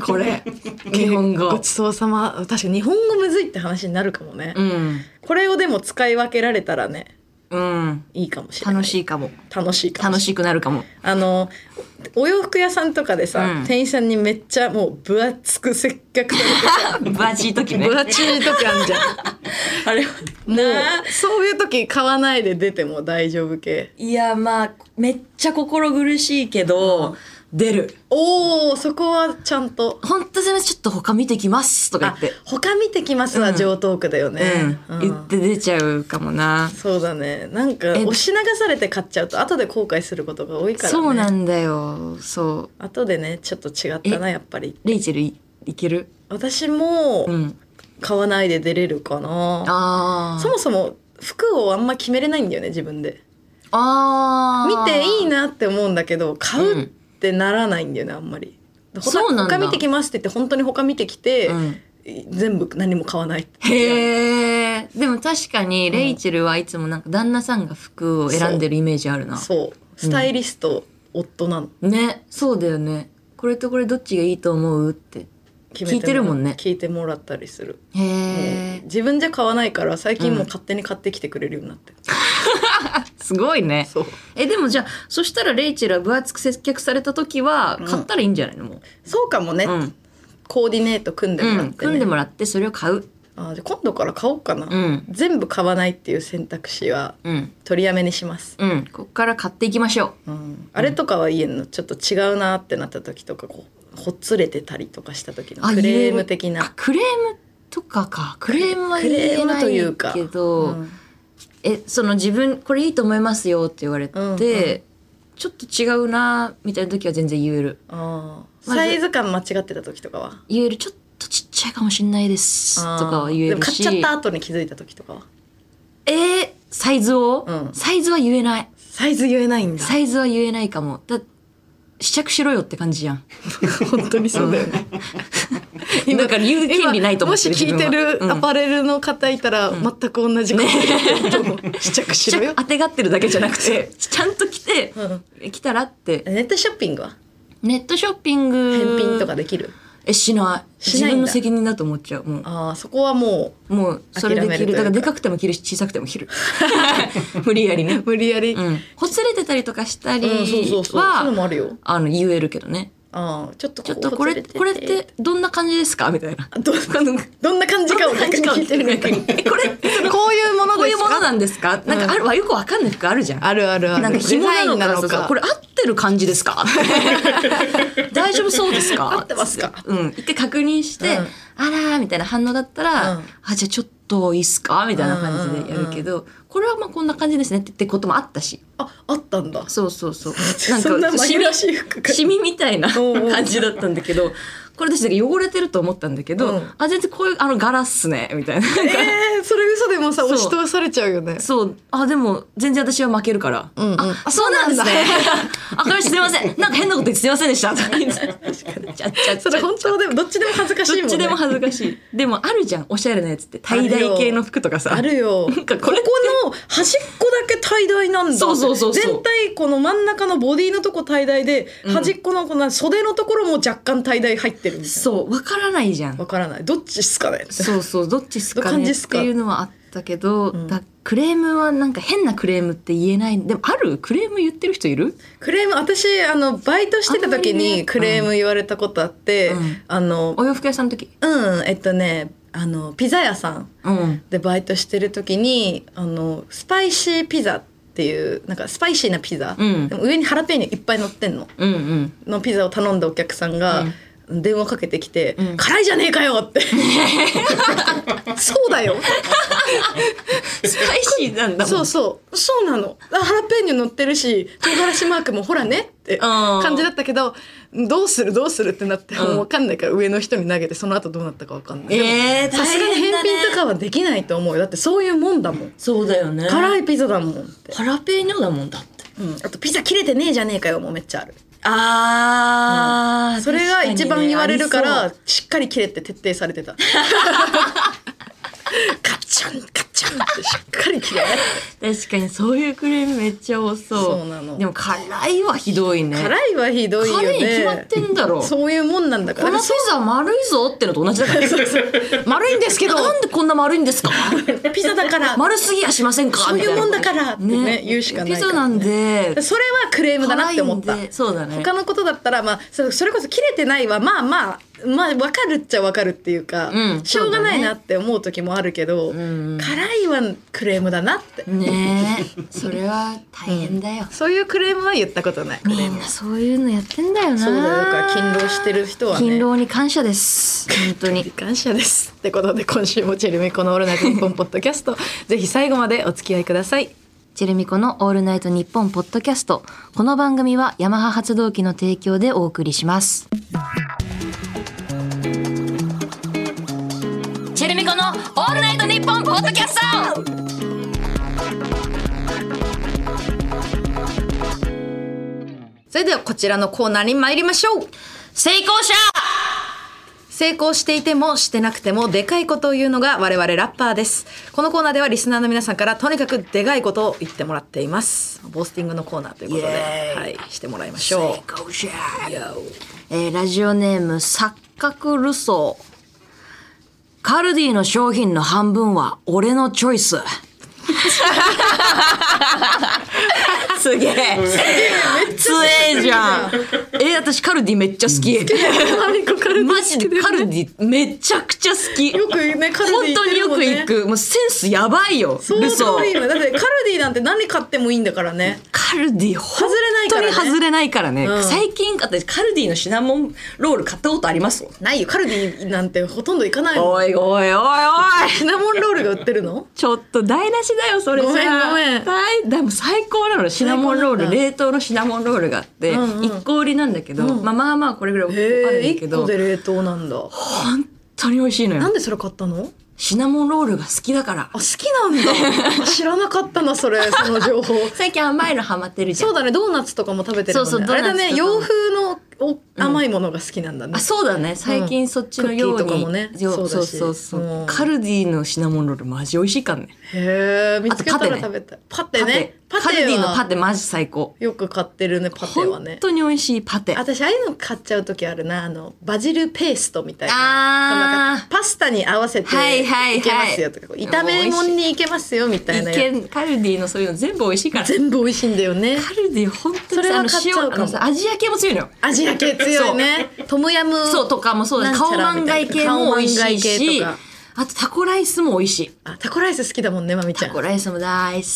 Speaker 2: こ
Speaker 4: *laughs*
Speaker 2: れ。 *laughs* 日本
Speaker 4: ご
Speaker 2: 語
Speaker 4: ち。そうさま確かに日本語むずいって話になるかもね、
Speaker 2: うん。
Speaker 4: これをでも使い分けられたらね
Speaker 2: うん。
Speaker 4: いいかもしれない
Speaker 2: 楽しいかも。
Speaker 4: 楽しいかも
Speaker 2: 楽
Speaker 4: しれない
Speaker 2: しくなるか
Speaker 4: *laughs*
Speaker 2: も。
Speaker 4: あのお洋服屋さんとかでさ、
Speaker 2: うん
Speaker 4: 店員さんにめっちゃもう分厚く接客されてさ
Speaker 2: バーチー時 *laughs* ね
Speaker 4: 分。厚い時あんじゃん
Speaker 2: *laughs* あれ
Speaker 4: もうそういう時買わないで出ても大丈夫系
Speaker 2: いや、まあ、めっちゃ心苦しいけど、出る。
Speaker 4: おおそこはちゃんと
Speaker 2: ほんとすみません、ちょっと他見てきます。とか言って。
Speaker 4: あ他見てきますは上等句だよね、
Speaker 2: う。
Speaker 4: うんん
Speaker 2: 言って出ちゃうかもな。
Speaker 4: そうだねなんか
Speaker 2: え
Speaker 4: 押し流されて買っちゃうと後で後悔することが多いからね
Speaker 2: そうなんだよ。そ
Speaker 4: 後でねちょっと違ったなやっぱり
Speaker 2: う。レイチェルい、いける
Speaker 4: 私も
Speaker 2: うん。
Speaker 4: 買わないで出れるかな、
Speaker 2: ああ。
Speaker 4: そもそも服をあんま決めれないんだよね自分で
Speaker 2: あ
Speaker 4: 見
Speaker 2: あ。
Speaker 4: ていいなって思うんだけど買うってならないんだよねあんまり他
Speaker 2: そうなんだ
Speaker 4: 他見てきますって言って本当に他見てきて、
Speaker 2: うん
Speaker 4: 全部何も買わないって
Speaker 2: へえ。でも確かにレイチェルはいつもなんか旦那さんが服を選んでるイメージあるな。
Speaker 4: そうスタイリスト、夫なの
Speaker 2: ね、そうだよね。これとこれどっちがいいと思うって。
Speaker 4: 決め
Speaker 2: 聞いてるもんね
Speaker 4: 聞いてもらったりする
Speaker 2: へ
Speaker 4: もう
Speaker 2: え。
Speaker 4: 自分じゃ買わないから最近もう勝手に買ってきてくれるようになって、
Speaker 2: すごいね。
Speaker 4: そう
Speaker 2: え、でもじゃあ、そしたらレイチェルは分厚く接客された時は、買ったらいいんじゃないのもう。
Speaker 4: そうかもね、
Speaker 2: うん
Speaker 4: コーディネート組んでも
Speaker 2: う
Speaker 4: らっ
Speaker 2: ん。
Speaker 4: て
Speaker 2: 組
Speaker 4: ね、
Speaker 2: んでもらってそれを買う。
Speaker 4: あーじゃあ今度から買おうかな、
Speaker 2: ん
Speaker 4: 全部買わないっていう選択肢は
Speaker 2: うん。
Speaker 4: 取りやめにします、
Speaker 2: うん。こっから買っていきましょう。
Speaker 4: うんあれとかは言えんのちょっと違うなってなった時とかこうほつれてたりとかした時の
Speaker 2: あ
Speaker 4: クレーム
Speaker 2: 言
Speaker 4: 的
Speaker 2: えるあ
Speaker 4: な
Speaker 2: クレームとかか。クレームは
Speaker 4: ク
Speaker 2: 言
Speaker 4: レ
Speaker 2: え
Speaker 4: ーム
Speaker 2: ない
Speaker 4: というか
Speaker 2: けど、
Speaker 4: うん
Speaker 2: えその自分これいいと思いますよって言われて、
Speaker 4: うんうん
Speaker 2: ちょっと違うなみたいな時は全然言える
Speaker 4: あー
Speaker 2: まず
Speaker 4: サイズ感間違ってた時とかは
Speaker 2: 言えるちょっとちっちゃいかもしんないですと
Speaker 4: あー
Speaker 2: かは言え
Speaker 4: でも
Speaker 2: る
Speaker 4: 買っ
Speaker 2: し
Speaker 4: ちゃった後に気づいた時とかは
Speaker 2: えーサイズを、
Speaker 4: うん
Speaker 2: サイズは言えない
Speaker 4: サイズ言えないんだ
Speaker 2: サイズは言えないかもだ試着しろよって感じや
Speaker 4: *laughs*
Speaker 2: ん
Speaker 4: 本当にそうだよね。
Speaker 2: 今だから言う権利ないと思ってる
Speaker 4: 今もし聞いて
Speaker 2: 自分
Speaker 4: る
Speaker 2: はう
Speaker 4: ア
Speaker 2: ん
Speaker 4: パレルの方いたら、全く同じこと言ってると思う試着しろ
Speaker 2: 試
Speaker 4: よ
Speaker 2: 着。当てがってるだけじゃなくてちゃんと来て、来たらって
Speaker 4: ネットショッピングは
Speaker 2: ネットショッピング
Speaker 4: 返品とかできる。
Speaker 2: えしない
Speaker 4: しない
Speaker 2: 自
Speaker 4: んだ
Speaker 2: 分の責任だと思っちゃうもう
Speaker 4: ああ、そこはも
Speaker 2: もうそれで着
Speaker 4: 諦める
Speaker 2: る
Speaker 4: という
Speaker 2: だ
Speaker 4: か
Speaker 2: からでかくても着るし小さくても着る
Speaker 4: *laughs*
Speaker 2: 無理やりね
Speaker 4: う、無理やり。う、
Speaker 2: うんん、ほつれてたりとかしたりは、
Speaker 4: そうそうそう。そういうのもあるよ。
Speaker 2: あの言えるけどね
Speaker 4: ああ、ちょっと
Speaker 2: ちょっ
Speaker 4: こと
Speaker 2: これ
Speaker 4: ほつ
Speaker 2: これって。どんな感じですかみたいな
Speaker 4: あどんなどんな感じかを逆に聞いてる
Speaker 2: なんか
Speaker 4: ね
Speaker 2: え *laughs* これってその
Speaker 4: こういうもの
Speaker 2: こう
Speaker 4: で
Speaker 2: い
Speaker 4: す
Speaker 2: うもの
Speaker 4: か
Speaker 2: なんですかなんかあるわよくわかんない服あるじゃん
Speaker 4: あるあるある。
Speaker 2: なんか
Speaker 4: デ
Speaker 2: 紐
Speaker 4: ザ
Speaker 2: な
Speaker 4: イ
Speaker 2: の
Speaker 4: ンな
Speaker 2: か
Speaker 4: の
Speaker 2: そうそう
Speaker 4: か。
Speaker 2: これ合っててる感じです
Speaker 4: *laughs*
Speaker 2: か大丈夫そうですか
Speaker 4: 合ってますか
Speaker 2: うん、一回確認して、
Speaker 4: うん
Speaker 2: あらーみたいな反応だったら、
Speaker 4: うん
Speaker 2: あじゃあちょっといいっすかみたいな感じでやるけど、これはまあこんな感じですねってってこともあったし
Speaker 4: ああったんだ
Speaker 2: そうそう *laughs* そう
Speaker 4: そんな
Speaker 2: シ
Speaker 4: 紛
Speaker 2: ミ
Speaker 4: らわしい服が
Speaker 2: シミみたいな
Speaker 4: おうおう
Speaker 2: 感じだったんだけどこれ私なんか汚れてると思ったんだけど、
Speaker 4: うん
Speaker 2: あ全然こういうあのガラっすねみたいななんか
Speaker 4: えー、それ嘘でもさ
Speaker 2: そう
Speaker 4: 押し通されちゃうよね
Speaker 2: そうあでも全然私は負けるから、
Speaker 4: んうん
Speaker 2: あそうなんですね *laughs* あこれすいませんなんか変なこと言ってすいませんで
Speaker 4: *laughs*
Speaker 2: したとか言ってちゃっちゃっちゃ
Speaker 4: それ本当でもどっちでも恥ずかしいもん
Speaker 2: どっち
Speaker 4: ね
Speaker 2: でも恥ずかしい。でもあるじゃん、おしゃれなやつって。大大系の服とかさ。
Speaker 4: あるよ
Speaker 2: なんかこれ
Speaker 4: ここの端っこだけtie dye なんだ
Speaker 2: そうそうそうそう
Speaker 4: 全体この真ん中のボディのとこtie dye で、端っこのこの袖のところも若干tie dye 入ってるみたいな
Speaker 2: そう、わからないじゃん。
Speaker 4: わからないどっちっすかね
Speaker 2: そうそう、どっちっすか
Speaker 4: どっ
Speaker 2: ね
Speaker 4: ち
Speaker 2: っ
Speaker 4: っすか
Speaker 2: ていうのはあったけど、だクレームはなんか変なクレームって言えない。でもあるクレーム言ってる人いる
Speaker 4: クレーム私あのバイトしてた
Speaker 2: あ
Speaker 4: 時
Speaker 2: んまりね
Speaker 4: にクレーム言われたことあって、
Speaker 2: うん
Speaker 4: あの
Speaker 2: お洋服屋さんの時。
Speaker 4: うんえっとねあのピザ屋さん
Speaker 2: うん。
Speaker 4: でバイトしてる時にあのスパイシーピザっていうなんかスパイシーなピザ、
Speaker 2: うん
Speaker 4: でも上にハラペーニョいっぱい乗ってんの
Speaker 2: うん
Speaker 4: *laughs*
Speaker 2: うん。
Speaker 4: のピザを頼んだお客さんが電話かけてきて「
Speaker 2: うん
Speaker 4: 辛いじゃねえかよ!」って「そうだよ
Speaker 2: スパイシーなんだもん。
Speaker 4: そうそうそうなのあハラペーニョ乗ってるし唐辛子マークもほらね」って感じだったけどどうするどうするってなってもう分かんないから上の人に投げてその後どうなったか分かんない。
Speaker 2: えー、
Speaker 4: さすがに
Speaker 2: 大変だ
Speaker 4: 返
Speaker 2: ね
Speaker 4: 品とかはできないと思うよだってそういうもんだもん
Speaker 2: そうだよね。
Speaker 4: 辛いピザだもんって、
Speaker 2: ハラペーニョだもんだって。
Speaker 4: うん、あとピザ切れてねえじゃねえかよもうめっちゃある
Speaker 2: あー、
Speaker 4: それが一番言われるか
Speaker 2: あり
Speaker 4: ら
Speaker 2: そう、
Speaker 4: しっかり切れって徹底され
Speaker 2: *laughs*
Speaker 4: てた。カッチャンカッチャンってしっかり切れ。
Speaker 2: 確かにそういうクレームめっちゃ多そう。
Speaker 4: そうなの
Speaker 2: でも辛いはひどいね。
Speaker 4: 辛いはひどいよ
Speaker 2: 辛いに決まっ
Speaker 4: ね。
Speaker 2: てんだろ。
Speaker 4: そういうもんなんだか
Speaker 2: こ
Speaker 4: ら。
Speaker 2: のピザ丸いぞってのと同じだ
Speaker 4: *laughs*
Speaker 2: から。丸いんですけど。なんでこんな丸いんですか。
Speaker 4: ピザだから。
Speaker 2: 丸すぎやし *laughs* ませんか。
Speaker 4: そういうもんだ
Speaker 2: みたい
Speaker 4: からってね言うしかない
Speaker 2: ピ
Speaker 4: からね
Speaker 2: ザなんで。
Speaker 4: それはクレームだなって思った
Speaker 2: 辛いん。でそうだね。
Speaker 4: 他のことだったら、まあ、そそれこそ切れてないは、まあまあ、まあ、わかるっちゃわかるっていうか、
Speaker 2: うん
Speaker 4: しょうがないなって思う時もあるけど、
Speaker 2: ん
Speaker 4: 辛いはクレームだなって。
Speaker 2: ねえ、それは大変だよ。
Speaker 4: *laughs* そういうクレームは言ったことない。クレー
Speaker 2: み
Speaker 4: ムは
Speaker 2: んなそういうのやってんだよな。
Speaker 4: そうだよだから勤労してる人はね
Speaker 2: 勤労に感謝です。本当に。
Speaker 4: 感謝ですってことで今週も「チェルミコのオールナイトニッポン」ポッドキャスト *laughs* ぜひ最後までお付き合いください
Speaker 2: チェルミコのオールナイトニッポンポッドキャスト。この番組はヤマハ発動機の提供でお送りします。チェルミコのオールナイトニッポンポッドキャスト。
Speaker 4: それではこちらのコーナーに参りましょう
Speaker 2: 成功者。
Speaker 4: 成功していてもしてなくてもでかいことを言うのが我々ラッパーですこのコーナーではリスナーの皆さんからとにかくでかいことを言ってもらっていますボースティングのコーナーということで、
Speaker 2: イエーイ
Speaker 4: はい、してもらいましょう
Speaker 2: 功者。
Speaker 4: いや
Speaker 2: えーラジオネーム錯覚ルソー。カルディの商品の半分は俺のチョイ
Speaker 4: *laughs*
Speaker 2: ス。すげえ。強えじゃん。えー、私カルディめっちゃ好き。マジでカルディめちゃくちゃ好き。
Speaker 4: よくねカルディ行っ
Speaker 2: 本
Speaker 4: て
Speaker 2: 当に
Speaker 4: る
Speaker 2: よ
Speaker 4: もん
Speaker 2: く
Speaker 4: ね
Speaker 2: 行く。もうセンスやばいよ。
Speaker 4: そう
Speaker 2: ル
Speaker 4: そ
Speaker 2: ソ
Speaker 4: う
Speaker 2: ー。
Speaker 4: 今だってカルディなんて何買ってもいいんだからね
Speaker 2: カルディ本当に外れないからね。
Speaker 4: うん
Speaker 2: 最近私カルディのシナモンロール買ったことあります
Speaker 4: ないよカルディなんてほとんど行かないもん
Speaker 2: おいおいおいおい。
Speaker 4: シナモンロールが売ってるの
Speaker 2: ちょっと台無しだよそれじゃ
Speaker 4: ごめんごめん
Speaker 2: 大でも最高なのシナモンロール
Speaker 4: 最高なん
Speaker 2: 冷凍のシナモンロールがあって、一
Speaker 4: うんうん
Speaker 2: 個売りなんだけど、まあまあまあこれぐらいあ
Speaker 4: へ
Speaker 2: る
Speaker 4: え
Speaker 2: んだけ
Speaker 4: 1
Speaker 2: ど
Speaker 4: 個で
Speaker 2: 本
Speaker 4: 冷凍なんだ
Speaker 2: 当に美味しいの
Speaker 4: な
Speaker 2: よ
Speaker 4: んでそれ買ったの
Speaker 2: シナモンロールが好きだから
Speaker 4: あ好きな
Speaker 2: *laughs*
Speaker 4: んだ知らなかったなそれその情報
Speaker 2: 最近甘いのハマってるじゃん
Speaker 4: そうだねドーナツとかも食べてるもんね
Speaker 2: そうそう
Speaker 4: あれだ
Speaker 2: ドーナ
Speaker 4: ね
Speaker 2: ツとかも
Speaker 4: 洋風のお甘いものが好きなんだね、
Speaker 2: あそうだね最近そっちのように、
Speaker 4: クッキーとかもね
Speaker 2: よ
Speaker 4: そう
Speaker 2: そ
Speaker 4: だ
Speaker 2: う
Speaker 4: し
Speaker 2: そうそう、
Speaker 4: うん
Speaker 2: カルディのシナモンロールマジ美味しいからね
Speaker 4: へえ見つけた
Speaker 2: あとパテ
Speaker 4: ら
Speaker 2: ね
Speaker 4: 食べたいパテね
Speaker 2: パテカルディのパ
Speaker 4: は
Speaker 2: テマジ最高
Speaker 4: よく買ってるねパテは
Speaker 2: 本
Speaker 4: ね
Speaker 2: 当に美味しいパテ
Speaker 4: 私ああいうの買っちゃう時あるなあのバジルペーストみたいな
Speaker 2: あー
Speaker 4: こうなんかパスタに合わせて
Speaker 2: はいはいはい
Speaker 4: いけますよとか、こう炒め物にいけますよみたいなやつ
Speaker 2: 一見カルディのそういうの全部美味しいから
Speaker 4: 全部美味しいんだよね
Speaker 2: カルディ本当
Speaker 4: そ
Speaker 2: に
Speaker 4: れ
Speaker 2: さあ
Speaker 4: は
Speaker 2: の
Speaker 4: 買っち
Speaker 2: 塩
Speaker 4: ゃうかも
Speaker 2: あのさアジア系も強いのよ
Speaker 4: アジア系強いねトムヤム
Speaker 2: そうとかもそうだし
Speaker 4: なん
Speaker 2: 顔
Speaker 4: ちゃら
Speaker 2: 漫
Speaker 4: みたい
Speaker 2: 画
Speaker 4: な
Speaker 2: 系も美味しい
Speaker 4: 顔漫画系
Speaker 2: し
Speaker 4: とか
Speaker 2: あとタコライスも美味しい
Speaker 4: あタコライス好きだもんねまみちゃ
Speaker 2: タ
Speaker 4: ん
Speaker 2: コライスも大好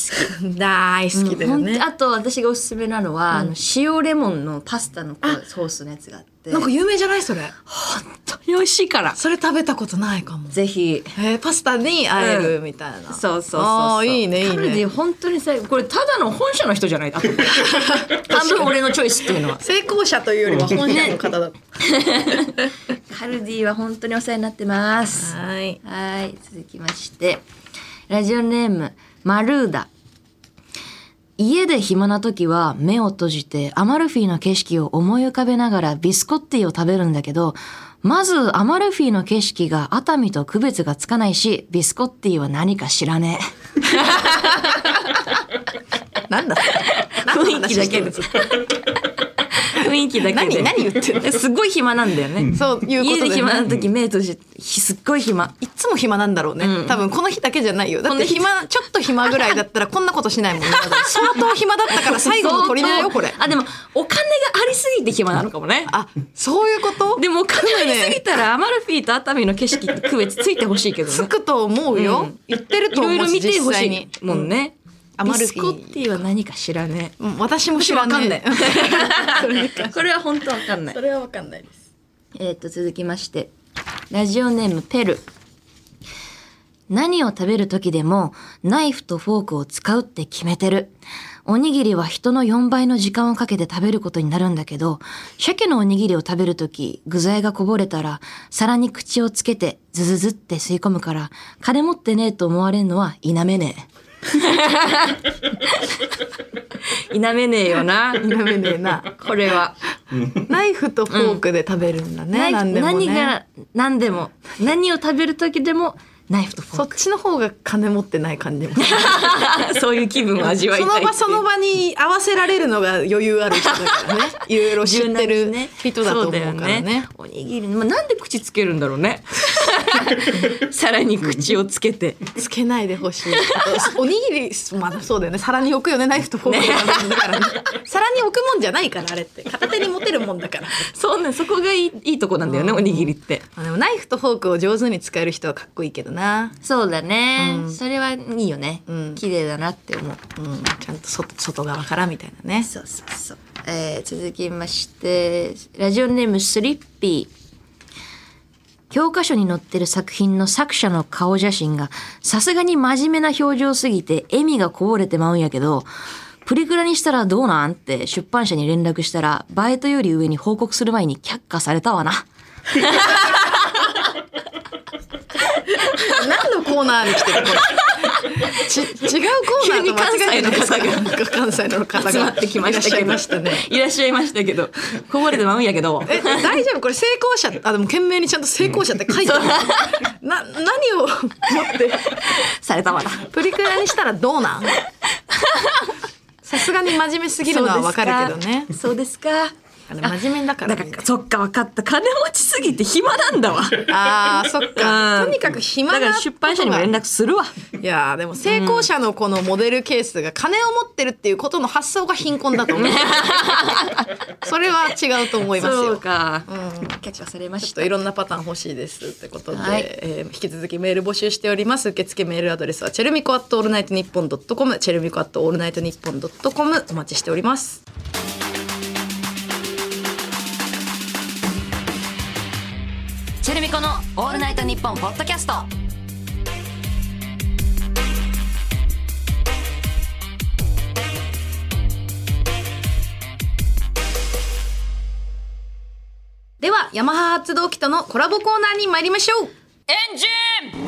Speaker 4: 大
Speaker 2: き
Speaker 4: 好きだよ
Speaker 2: うん
Speaker 4: ね
Speaker 2: ほんとあと私がおすすめなのは、あの塩レモンのパスタのこうソースのやつがあって
Speaker 4: なんか有名じゃないそれ
Speaker 2: 当に美味しいから
Speaker 4: それ食べたことないかも
Speaker 2: ぜひ
Speaker 4: えー、パスタにあえるみたい
Speaker 2: そうそう
Speaker 4: な、
Speaker 2: そうそう
Speaker 4: あーいいねいい
Speaker 2: カルディ
Speaker 4: ね
Speaker 2: 本当にさこれただの本社の人じゃないあ *laughs* と半分俺のチョイスっていうのは
Speaker 4: 成功者というよりは本社の方だった、
Speaker 2: カルディは本当にお世話になってます
Speaker 4: はーい
Speaker 2: はい、続きまして。ラジオネーム、マルーダ。家で暇な時は目を閉じてアマルフィの景色を思い浮かべながらビスコッティを食べるんだけど、まずアマルフィの景色が熱海と区別がつかないし、ビスコッティは何か知らね
Speaker 4: なんだ *laughs*
Speaker 2: え。雰囲気だけで。雰囲気だけで。
Speaker 4: 何何言ってんの
Speaker 2: すっごい暇なんだよね。
Speaker 4: そういうことだよ
Speaker 2: 家
Speaker 4: ね
Speaker 2: で暇な時目閉じて、すっごい暇。
Speaker 4: いつも暇なんだろうね、多分この日だけじゃないよだって暇ちょっと暇ぐらいだったらこんなことしない
Speaker 2: *laughs*
Speaker 4: もんね相当暇だったから最後の取りだよこれ
Speaker 2: あ、でも、お金がありすぎて暇なのかもね。
Speaker 4: あそういうこと
Speaker 2: でもお金あり
Speaker 4: そう
Speaker 2: す
Speaker 4: だ
Speaker 2: ぎ
Speaker 4: ね
Speaker 2: たら、アマルフィと熱海の景色って区別ついてほしいけど
Speaker 4: つ
Speaker 2: ね。
Speaker 4: くと思うよ、言ってる
Speaker 2: い
Speaker 4: と思
Speaker 2: ろ
Speaker 4: う
Speaker 2: いろ見てほ
Speaker 4: 実
Speaker 2: し
Speaker 4: 際に
Speaker 2: いもんね。
Speaker 4: ア
Speaker 2: ビ
Speaker 4: マル
Speaker 2: ス
Speaker 4: フィ
Speaker 2: コッティは何か知らねえ。
Speaker 4: うん私も知ら
Speaker 2: わ
Speaker 4: ない
Speaker 2: かんない
Speaker 4: *laughs*
Speaker 2: *laughs* これは本当わかんない。
Speaker 4: れはわかんないです
Speaker 2: えっ、と、続きまして。ラジオネーム、ペル。何を食べる時でも、ナイフとフォークを使うって決めてる。おにぎりは人の4倍の時間をかけて食べることになるんだけど、鮭のおにぎりを食べるとき、具材がこぼれたら、皿に口をつけて、ズズズって吸い込むから、金持ってねえと思われるのは否めねえ。 *laughs* *laughs* 否めねえよな。
Speaker 4: ダメねえな
Speaker 2: これは。
Speaker 4: ナイフとフォークで食べるんだね、
Speaker 2: ナイフ
Speaker 4: 何でもね
Speaker 2: 何が何でも何を食べる時でもナイフとフォ
Speaker 4: そ
Speaker 2: ー
Speaker 4: っちの方が金持ってない感じもそ
Speaker 2: ク *laughs* そういう気分を味わいた
Speaker 4: の
Speaker 2: い
Speaker 4: 場 *laughs* その
Speaker 2: 場
Speaker 4: 場に合わせられるのが余裕ある人だから
Speaker 2: *laughs*
Speaker 4: ねいろいろ知ってる人だと思うからね
Speaker 2: おにぎり、まあ、なんで口つけるんだろう *laughs* ねさらに口をつけて
Speaker 4: つけないでほしいあ *laughs* とおにぎりまあそうだよね皿に置くよねナイフとフォークを食べるんだからね皿に置くもんじゃないからあれって片手に持てるもんだから
Speaker 2: そうなんそこがいいいいとこなんだよねおにぎりって
Speaker 4: あでもナイフとフォークを上手に使える人はかっこいいけどな
Speaker 2: そうだね、それはいいよね、
Speaker 4: ん
Speaker 2: 綺麗だなって思う
Speaker 4: うんちゃんと外外側からみたいなね
Speaker 2: そうそうそう。えー続きまして、ラジオネームスリッピー。教科書に載ってる作品の作者の顔写真が、さすがに真面目な表情すぎて、笑みがこぼれてまうんやけど、プリクラにしたらどうなんって出版社に連絡したら、バイトより上に報告する前に却下されたわな。
Speaker 4: 何のコーナーに来て *laughs* るこれち違うコーナーと間違えてる方が関西の方が
Speaker 2: 集まってきました
Speaker 4: いらっしゃ
Speaker 2: け
Speaker 4: い
Speaker 2: ど。
Speaker 4: ましたね
Speaker 2: *laughs* いらっしゃいましたけど、こぼれてまうんやけ
Speaker 4: *laughs*
Speaker 2: ど。
Speaker 4: え大丈夫これ成功者あでも懸命にちゃんと成功者って書いてあるな何を持って
Speaker 2: されたわな。
Speaker 4: プリクラにしたらどう
Speaker 2: *laughs*
Speaker 4: なんさすがに真面目すぎるのはわかるけどね
Speaker 2: そうですか。
Speaker 4: あの真面目だから
Speaker 2: だ
Speaker 4: ね
Speaker 2: からそっか分かった金持ちすぎて暇なん
Speaker 4: *laughs*
Speaker 2: だわ
Speaker 4: あーそっか
Speaker 2: うん
Speaker 4: とにかく暇
Speaker 2: だ
Speaker 4: な
Speaker 2: から出版社にも連絡するわ
Speaker 4: いやーでも成功者のこのモデルケースが金を持ってるっていうことの発想が貧困だと思
Speaker 2: *laughs*
Speaker 4: うそれは違うと思いますよ
Speaker 2: か、結果されま
Speaker 4: ちょ
Speaker 2: し
Speaker 4: っと
Speaker 2: た
Speaker 4: いろんなパターン欲しいですってことで、
Speaker 2: はい
Speaker 4: えー引き続きメール募集しております受付メールアドレスはチェルミコアットオールナイトニッポンドットコムチェルミコアットオールナイトニッポンドットコムお待ちしております
Speaker 2: チェルミコの「オールナイトニッポン」ポッドキャスト
Speaker 4: ではヤマハ発動機とのコラボコーナーに参りまし
Speaker 2: エ
Speaker 4: ょう
Speaker 2: ンジン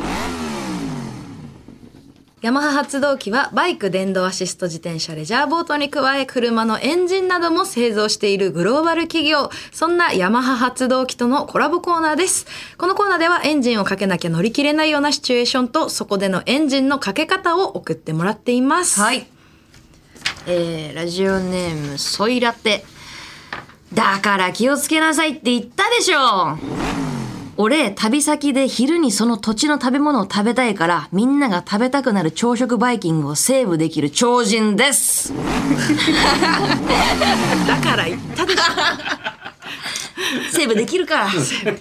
Speaker 4: ヤマハ発動機はバイク電動アシスト自転車レジャーボートに加え車のエンジンなども製造しているグローバル企業そんなヤマハ発動機とのコラボコーナーですこのコーナーではエンジンをかけなきゃ乗り切れないようなシチュエーションとそこでのエンジンのかけ方を送ってもらっています
Speaker 2: はい、えー、ラジオネームソイラテだから気をつけなさいって言ったでしょ俺旅先で昼にその土地の食べ物を食べたいからみんなが食べたくなる朝食バイキングをセーブできる超人です
Speaker 4: だから言ったでしょ
Speaker 2: セーブできるから。
Speaker 4: で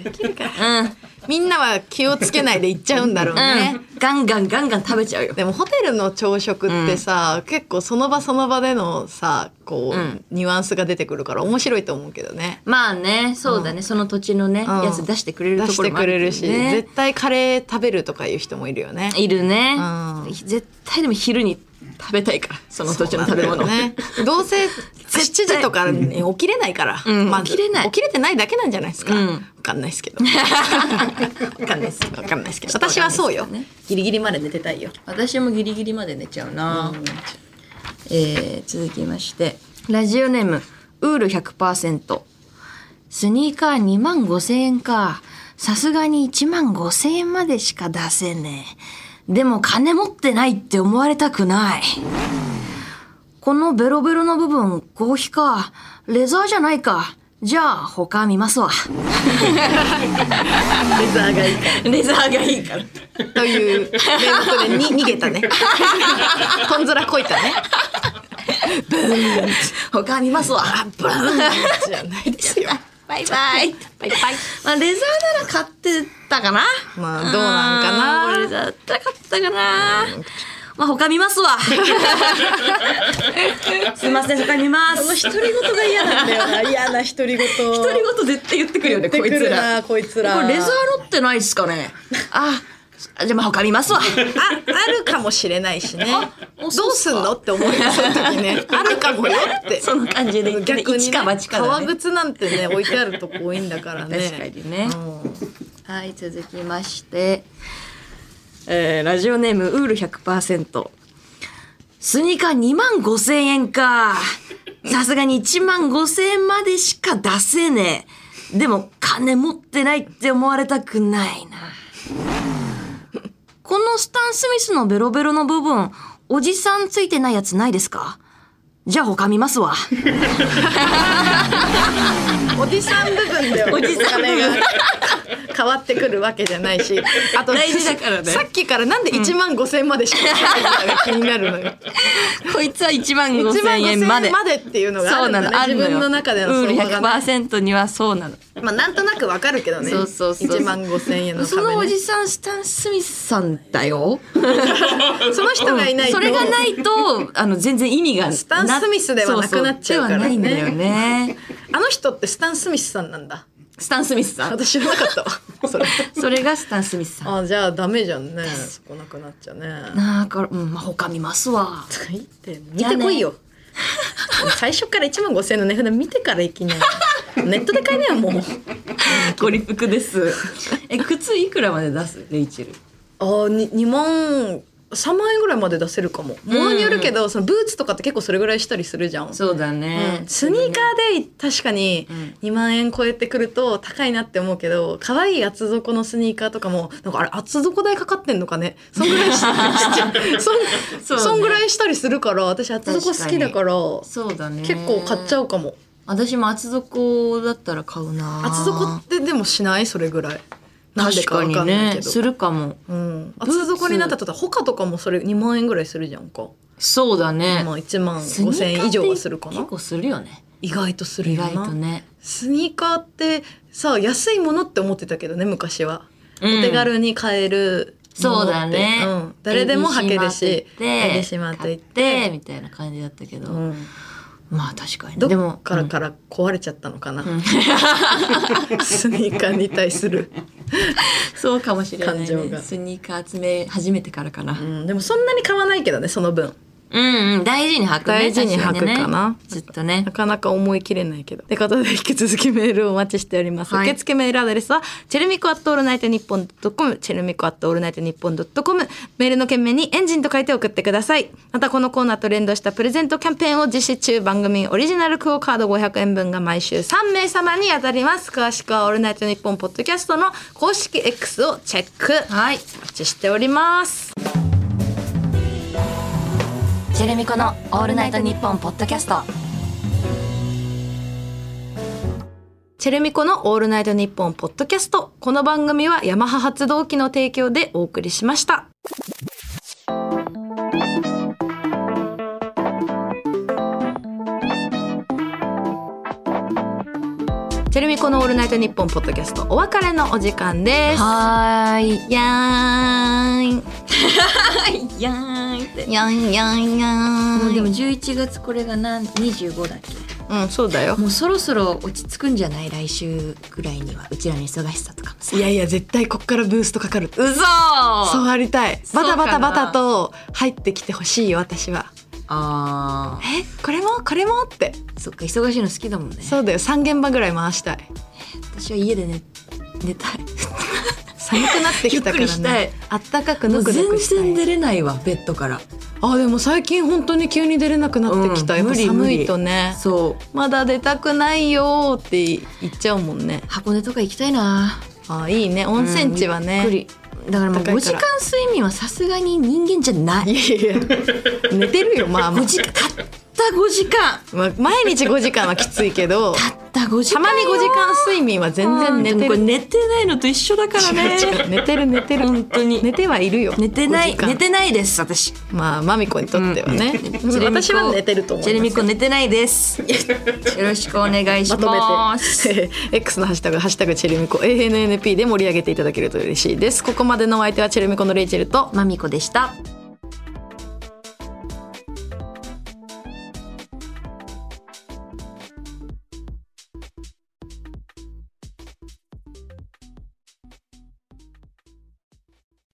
Speaker 4: きるから
Speaker 2: うん。
Speaker 4: みんなは気をつけないで行っちゃうんだろうね。
Speaker 2: ガンガンガンガン食べちゃうよ。
Speaker 4: でもホテルの朝食ってさ、結構その場その場でのさこう、ニュアンスが出てくるから面白いと思うけどね。
Speaker 2: まあね、そうだね、その土地のね、
Speaker 4: うん
Speaker 2: やつ出してくれる
Speaker 4: 出
Speaker 2: と
Speaker 4: し
Speaker 2: ころ
Speaker 4: て
Speaker 2: もあ
Speaker 4: く
Speaker 2: る
Speaker 4: れ
Speaker 2: けど
Speaker 4: るし、
Speaker 2: ね
Speaker 4: 絶対カレー食べるとかいう人もいるよね。
Speaker 2: いるね、
Speaker 4: うん
Speaker 2: 絶対でも昼に食べたいから、その土地の食べ物を。
Speaker 4: ね、どうせ7時とかに起きれないから、
Speaker 2: ん
Speaker 4: ま
Speaker 2: 起きれない
Speaker 4: 起きれてないだけなんじゃないですか、
Speaker 2: うん
Speaker 4: わかんない
Speaker 2: *laughs*
Speaker 4: ですけどわかんないですわかんないですけど私はそうよ、
Speaker 2: ちょっとわかんないです
Speaker 4: ギリギリまで寝てたい *laughs* よ
Speaker 2: 私もギリギリまで寝ちゃうな、えー続きましてラジオネームウール100%スニーカー2万5千円かさすがに1万5千円までしか出せねえでも金持ってないって思われたくないこのベロベロの部分合皮かレザーじゃないかじゃあ他見ますわ
Speaker 4: レザーがいいか
Speaker 2: *laughs* レザーがいいから
Speaker 4: らという連続でに逃
Speaker 2: *laughs*
Speaker 4: げたねとんずらこいたね
Speaker 2: 他見ますわ
Speaker 4: バーンじゃないですよ
Speaker 2: バイバイ
Speaker 4: バイバイ
Speaker 2: まあ、レザーなら買ってたかな。
Speaker 4: まあどうなんかな
Speaker 2: あーレザーだったら買ってたかな。まあ、他見ます
Speaker 4: *laughs*
Speaker 2: わ。すいません、他見ます。この独り
Speaker 4: 言が嫌なんだよ
Speaker 2: *laughs*
Speaker 4: な嫌な独り言独
Speaker 2: 言絶対言ってくるよね、こい
Speaker 4: 言
Speaker 2: つら。
Speaker 4: こいつ
Speaker 2: こ
Speaker 4: こ
Speaker 2: れ
Speaker 4: れ
Speaker 2: レ
Speaker 4: レ
Speaker 2: ザ
Speaker 4: ザ
Speaker 2: ー
Speaker 4: ー
Speaker 2: のってないっすかね。あ、じゃあまあ他見ますわ。
Speaker 4: *laughs* ああるかもしれないしねど
Speaker 2: お
Speaker 4: う
Speaker 2: そうっす
Speaker 4: す
Speaker 2: か
Speaker 4: んのって思うよその時
Speaker 2: *laughs*
Speaker 4: ねあるかもよって
Speaker 2: その感じで言ってね
Speaker 4: 逆に、
Speaker 2: 一
Speaker 4: ね、
Speaker 2: か八かだ
Speaker 4: 革
Speaker 2: ね
Speaker 4: 靴なんてね置いてあるとこ多いんだからね
Speaker 2: 確かにね。
Speaker 4: うん
Speaker 2: はい、続きまして、えーラジオネームウール100%。スニーカー2万5千円か。さすがに1万5千円までしか出せねえ。でも金持ってないって思われたくないな。このスタン・スミスのベロベロの部分、おじさんついてないやつないですかじゃあ他見ます *laughs* わ。
Speaker 4: おじさん部分では
Speaker 2: おじさん部分
Speaker 4: お金が変わってくるわけじゃないしあと
Speaker 2: 大事だからね
Speaker 4: さっきからなんで1万5千までしか出ないのかが気になるのよ
Speaker 2: こいつは1万5
Speaker 4: 1万
Speaker 2: 千
Speaker 4: 5
Speaker 2: 円
Speaker 4: 千
Speaker 2: まで。
Speaker 4: までっていうのがあ
Speaker 2: そ
Speaker 4: る
Speaker 2: うんな
Speaker 4: だ、ね、
Speaker 2: の、あるのよ。
Speaker 4: 自分の中での
Speaker 2: ウール
Speaker 4: 相場がね
Speaker 2: 100%にはそうなの。
Speaker 4: まあなんとなくわかるけどね
Speaker 2: そうそうそう
Speaker 4: 1万5千円の
Speaker 2: そ
Speaker 4: 壁、ね、
Speaker 2: のおじさんスタン・スミスさんだ *laughs* よ。
Speaker 4: その人がいないと、
Speaker 2: それがないとあの全然意味がス
Speaker 4: タンスミスではなくなっちゃうから
Speaker 2: ではな
Speaker 4: ね
Speaker 2: いんだよね。
Speaker 4: あの人ってスタン・スミスさんなんだ
Speaker 2: スタン・スミスさん。
Speaker 4: 私知らなかったわそれ
Speaker 2: それがスタン・スミスさん。
Speaker 4: あじゃあダメじゃんねそこなくなっちゃうね
Speaker 2: だからうんまあ他見ますわ。
Speaker 4: いいって見てこいよ、最初から1万5千円の値札見てからいきなよネットで買いなよもう
Speaker 2: ご立腹です。 *laughs* え靴いくらまで出すレイチェル。
Speaker 4: あに2万3万円ぐらいまで出せるかもものによるけど、そのブーツとかって結構それぐらいしたりするじゃん
Speaker 2: そうだね
Speaker 4: うん。スニーカーで確かに2万円超えてくると高いなって思うけど可愛い厚底のスニーカーとかもなんかあれ厚底代かかってんのかねそんぐらいしたり
Speaker 2: そう
Speaker 4: そ,、
Speaker 2: ね
Speaker 4: そんぐらいしたりするから私厚底好きだから
Speaker 2: そうだね。
Speaker 4: 結構買っちゃ
Speaker 2: う。
Speaker 4: うかも
Speaker 2: 私も厚底だったら買うな。
Speaker 4: 厚底ってでもしないそれぐらいなんで
Speaker 2: 確
Speaker 4: かわ
Speaker 2: か
Speaker 4: か
Speaker 2: に
Speaker 4: んない
Speaker 2: ね
Speaker 4: け。ど、
Speaker 2: するかも。
Speaker 4: うん、厚底になったとたら他とかもそれ2万円ぐらいするじゃんか、
Speaker 2: そうだね。
Speaker 4: まあ1万5千円以上はするか
Speaker 2: 結
Speaker 4: な
Speaker 2: 構するよね。
Speaker 4: 意外とする
Speaker 2: 意
Speaker 4: よな
Speaker 2: 外とね。
Speaker 4: スニーカーってさ安いものって思ってたけどね昔は、
Speaker 2: うん
Speaker 4: お手軽に買えるもの
Speaker 2: そ
Speaker 4: って
Speaker 2: うだね。
Speaker 4: うん、誰でも履けるし
Speaker 2: 襟
Speaker 4: し
Speaker 2: し
Speaker 4: ま
Speaker 2: ま
Speaker 4: っ
Speaker 2: ってて
Speaker 4: いっ
Speaker 2: いっててみたいな感じだったけど、
Speaker 4: うん
Speaker 2: まあ確かにね。で
Speaker 4: ど
Speaker 2: も
Speaker 4: っからから壊れちゃったのかな、 *laughs* スニーカーに対する、
Speaker 2: そうかもしれない、ね。
Speaker 4: 感情が
Speaker 2: スニーカー集め始めてからかな。
Speaker 4: うん、でもそんなに買わないけどねその分
Speaker 2: うんうん大事に履くね。
Speaker 4: 大事に履く
Speaker 2: 確にね
Speaker 4: かな
Speaker 2: ずっとね
Speaker 4: な。かなか思い切れないけど。ってことで引き続きメールをお待ちしております。
Speaker 2: はい
Speaker 4: 受付メールアドレスは、チェルミコアットオールナイトニッポンドットコム、チェルミコアットオールナイトニッポンドットコム、メールの件名にエンジンと書いて送ってください。またこのコーナーと連動したプレゼントキャンペーンを実施中、番組オリジナルクオカード500円分が毎週3名様に当たります。詳しくはオールナイトニッポンポッドキャストの公式 X をチェック。
Speaker 2: はい。
Speaker 4: お待ちしております。
Speaker 2: ジェレミコのオールナイトニッポンポッドキャスト。
Speaker 4: チェルミコのオールナイトニッポンポッドキャスト。この番組はヤマハ発動機の提供でお送りしました。チェルミコのオールナイトニッポンポッドキャストお別れのお時間です。
Speaker 2: はーい。
Speaker 4: や
Speaker 2: *laughs*
Speaker 4: ーん。やーんって。やんやんや
Speaker 2: も
Speaker 4: ー。
Speaker 2: うんでも11月これがなん25だっけ
Speaker 4: うん、そうだよ。
Speaker 2: もうそろそろ落ち着くんじゃない来週ぐらいにはうちらの忙しさとかもさ
Speaker 3: いやいや絶対こっからブーストかかる
Speaker 4: うそ
Speaker 3: そう
Speaker 4: ー
Speaker 3: ありたい
Speaker 4: そうかな
Speaker 3: バタバタバタと入ってきてほしいよ私は
Speaker 4: あ
Speaker 3: えこれもこれもって
Speaker 2: そっか忙しいの好きだもんね
Speaker 3: そうだよ3現場ぐらい回したい
Speaker 2: 私は家で寝寝たい
Speaker 3: 寒くなってきたか
Speaker 2: *laughs* ゆっくり
Speaker 3: ら
Speaker 2: したい
Speaker 3: ねあったかく
Speaker 2: も
Speaker 3: ぬ
Speaker 2: う
Speaker 3: くぬ
Speaker 2: 全
Speaker 3: くした
Speaker 2: 然出
Speaker 3: い
Speaker 2: れないわベッドから
Speaker 3: あでも最近本当に急に出れなくなってきた、
Speaker 2: うん
Speaker 3: やっぱ
Speaker 2: 無理
Speaker 3: 寒いとね
Speaker 2: そう
Speaker 3: まだ出たくないよーって言っちゃうもんね
Speaker 2: 箱根とか行きたいな
Speaker 3: あいいね温泉地はね、
Speaker 2: うんゆっくりだからもう
Speaker 3: 高いか
Speaker 2: 5
Speaker 3: ら
Speaker 2: 時間睡眠はさすがに人間じゃない
Speaker 3: いやいや寝てるよまあま
Speaker 2: 5
Speaker 3: あ
Speaker 2: 時間たった5時間
Speaker 3: まあ毎日5時間はきついけど
Speaker 2: たった5時
Speaker 3: た
Speaker 2: 間
Speaker 3: まに5時間睡眠は全然寝て
Speaker 2: これ
Speaker 3: る
Speaker 2: 寝てないのと一緒だからね
Speaker 3: 違う *laughs* 寝てる寝てる
Speaker 2: 本当に
Speaker 3: 寝てはいるよ
Speaker 2: 寝てない
Speaker 3: 5時間
Speaker 2: 寝てないです私
Speaker 3: まあマミコにとってはね、
Speaker 2: チェレミコ
Speaker 3: 私は寝てると思います
Speaker 2: チェレミコ寝てない
Speaker 3: *laughs*
Speaker 2: です。よろしくお願いしま。
Speaker 3: ま
Speaker 2: *laughs*
Speaker 3: すとめて *laughs* X のハッシュタグ「ハッシュタグチェルミコ ANNP」で盛り上げていただけると嬉しいですここまでのお相手はチェルミコのレイチェルと
Speaker 2: まみこでした。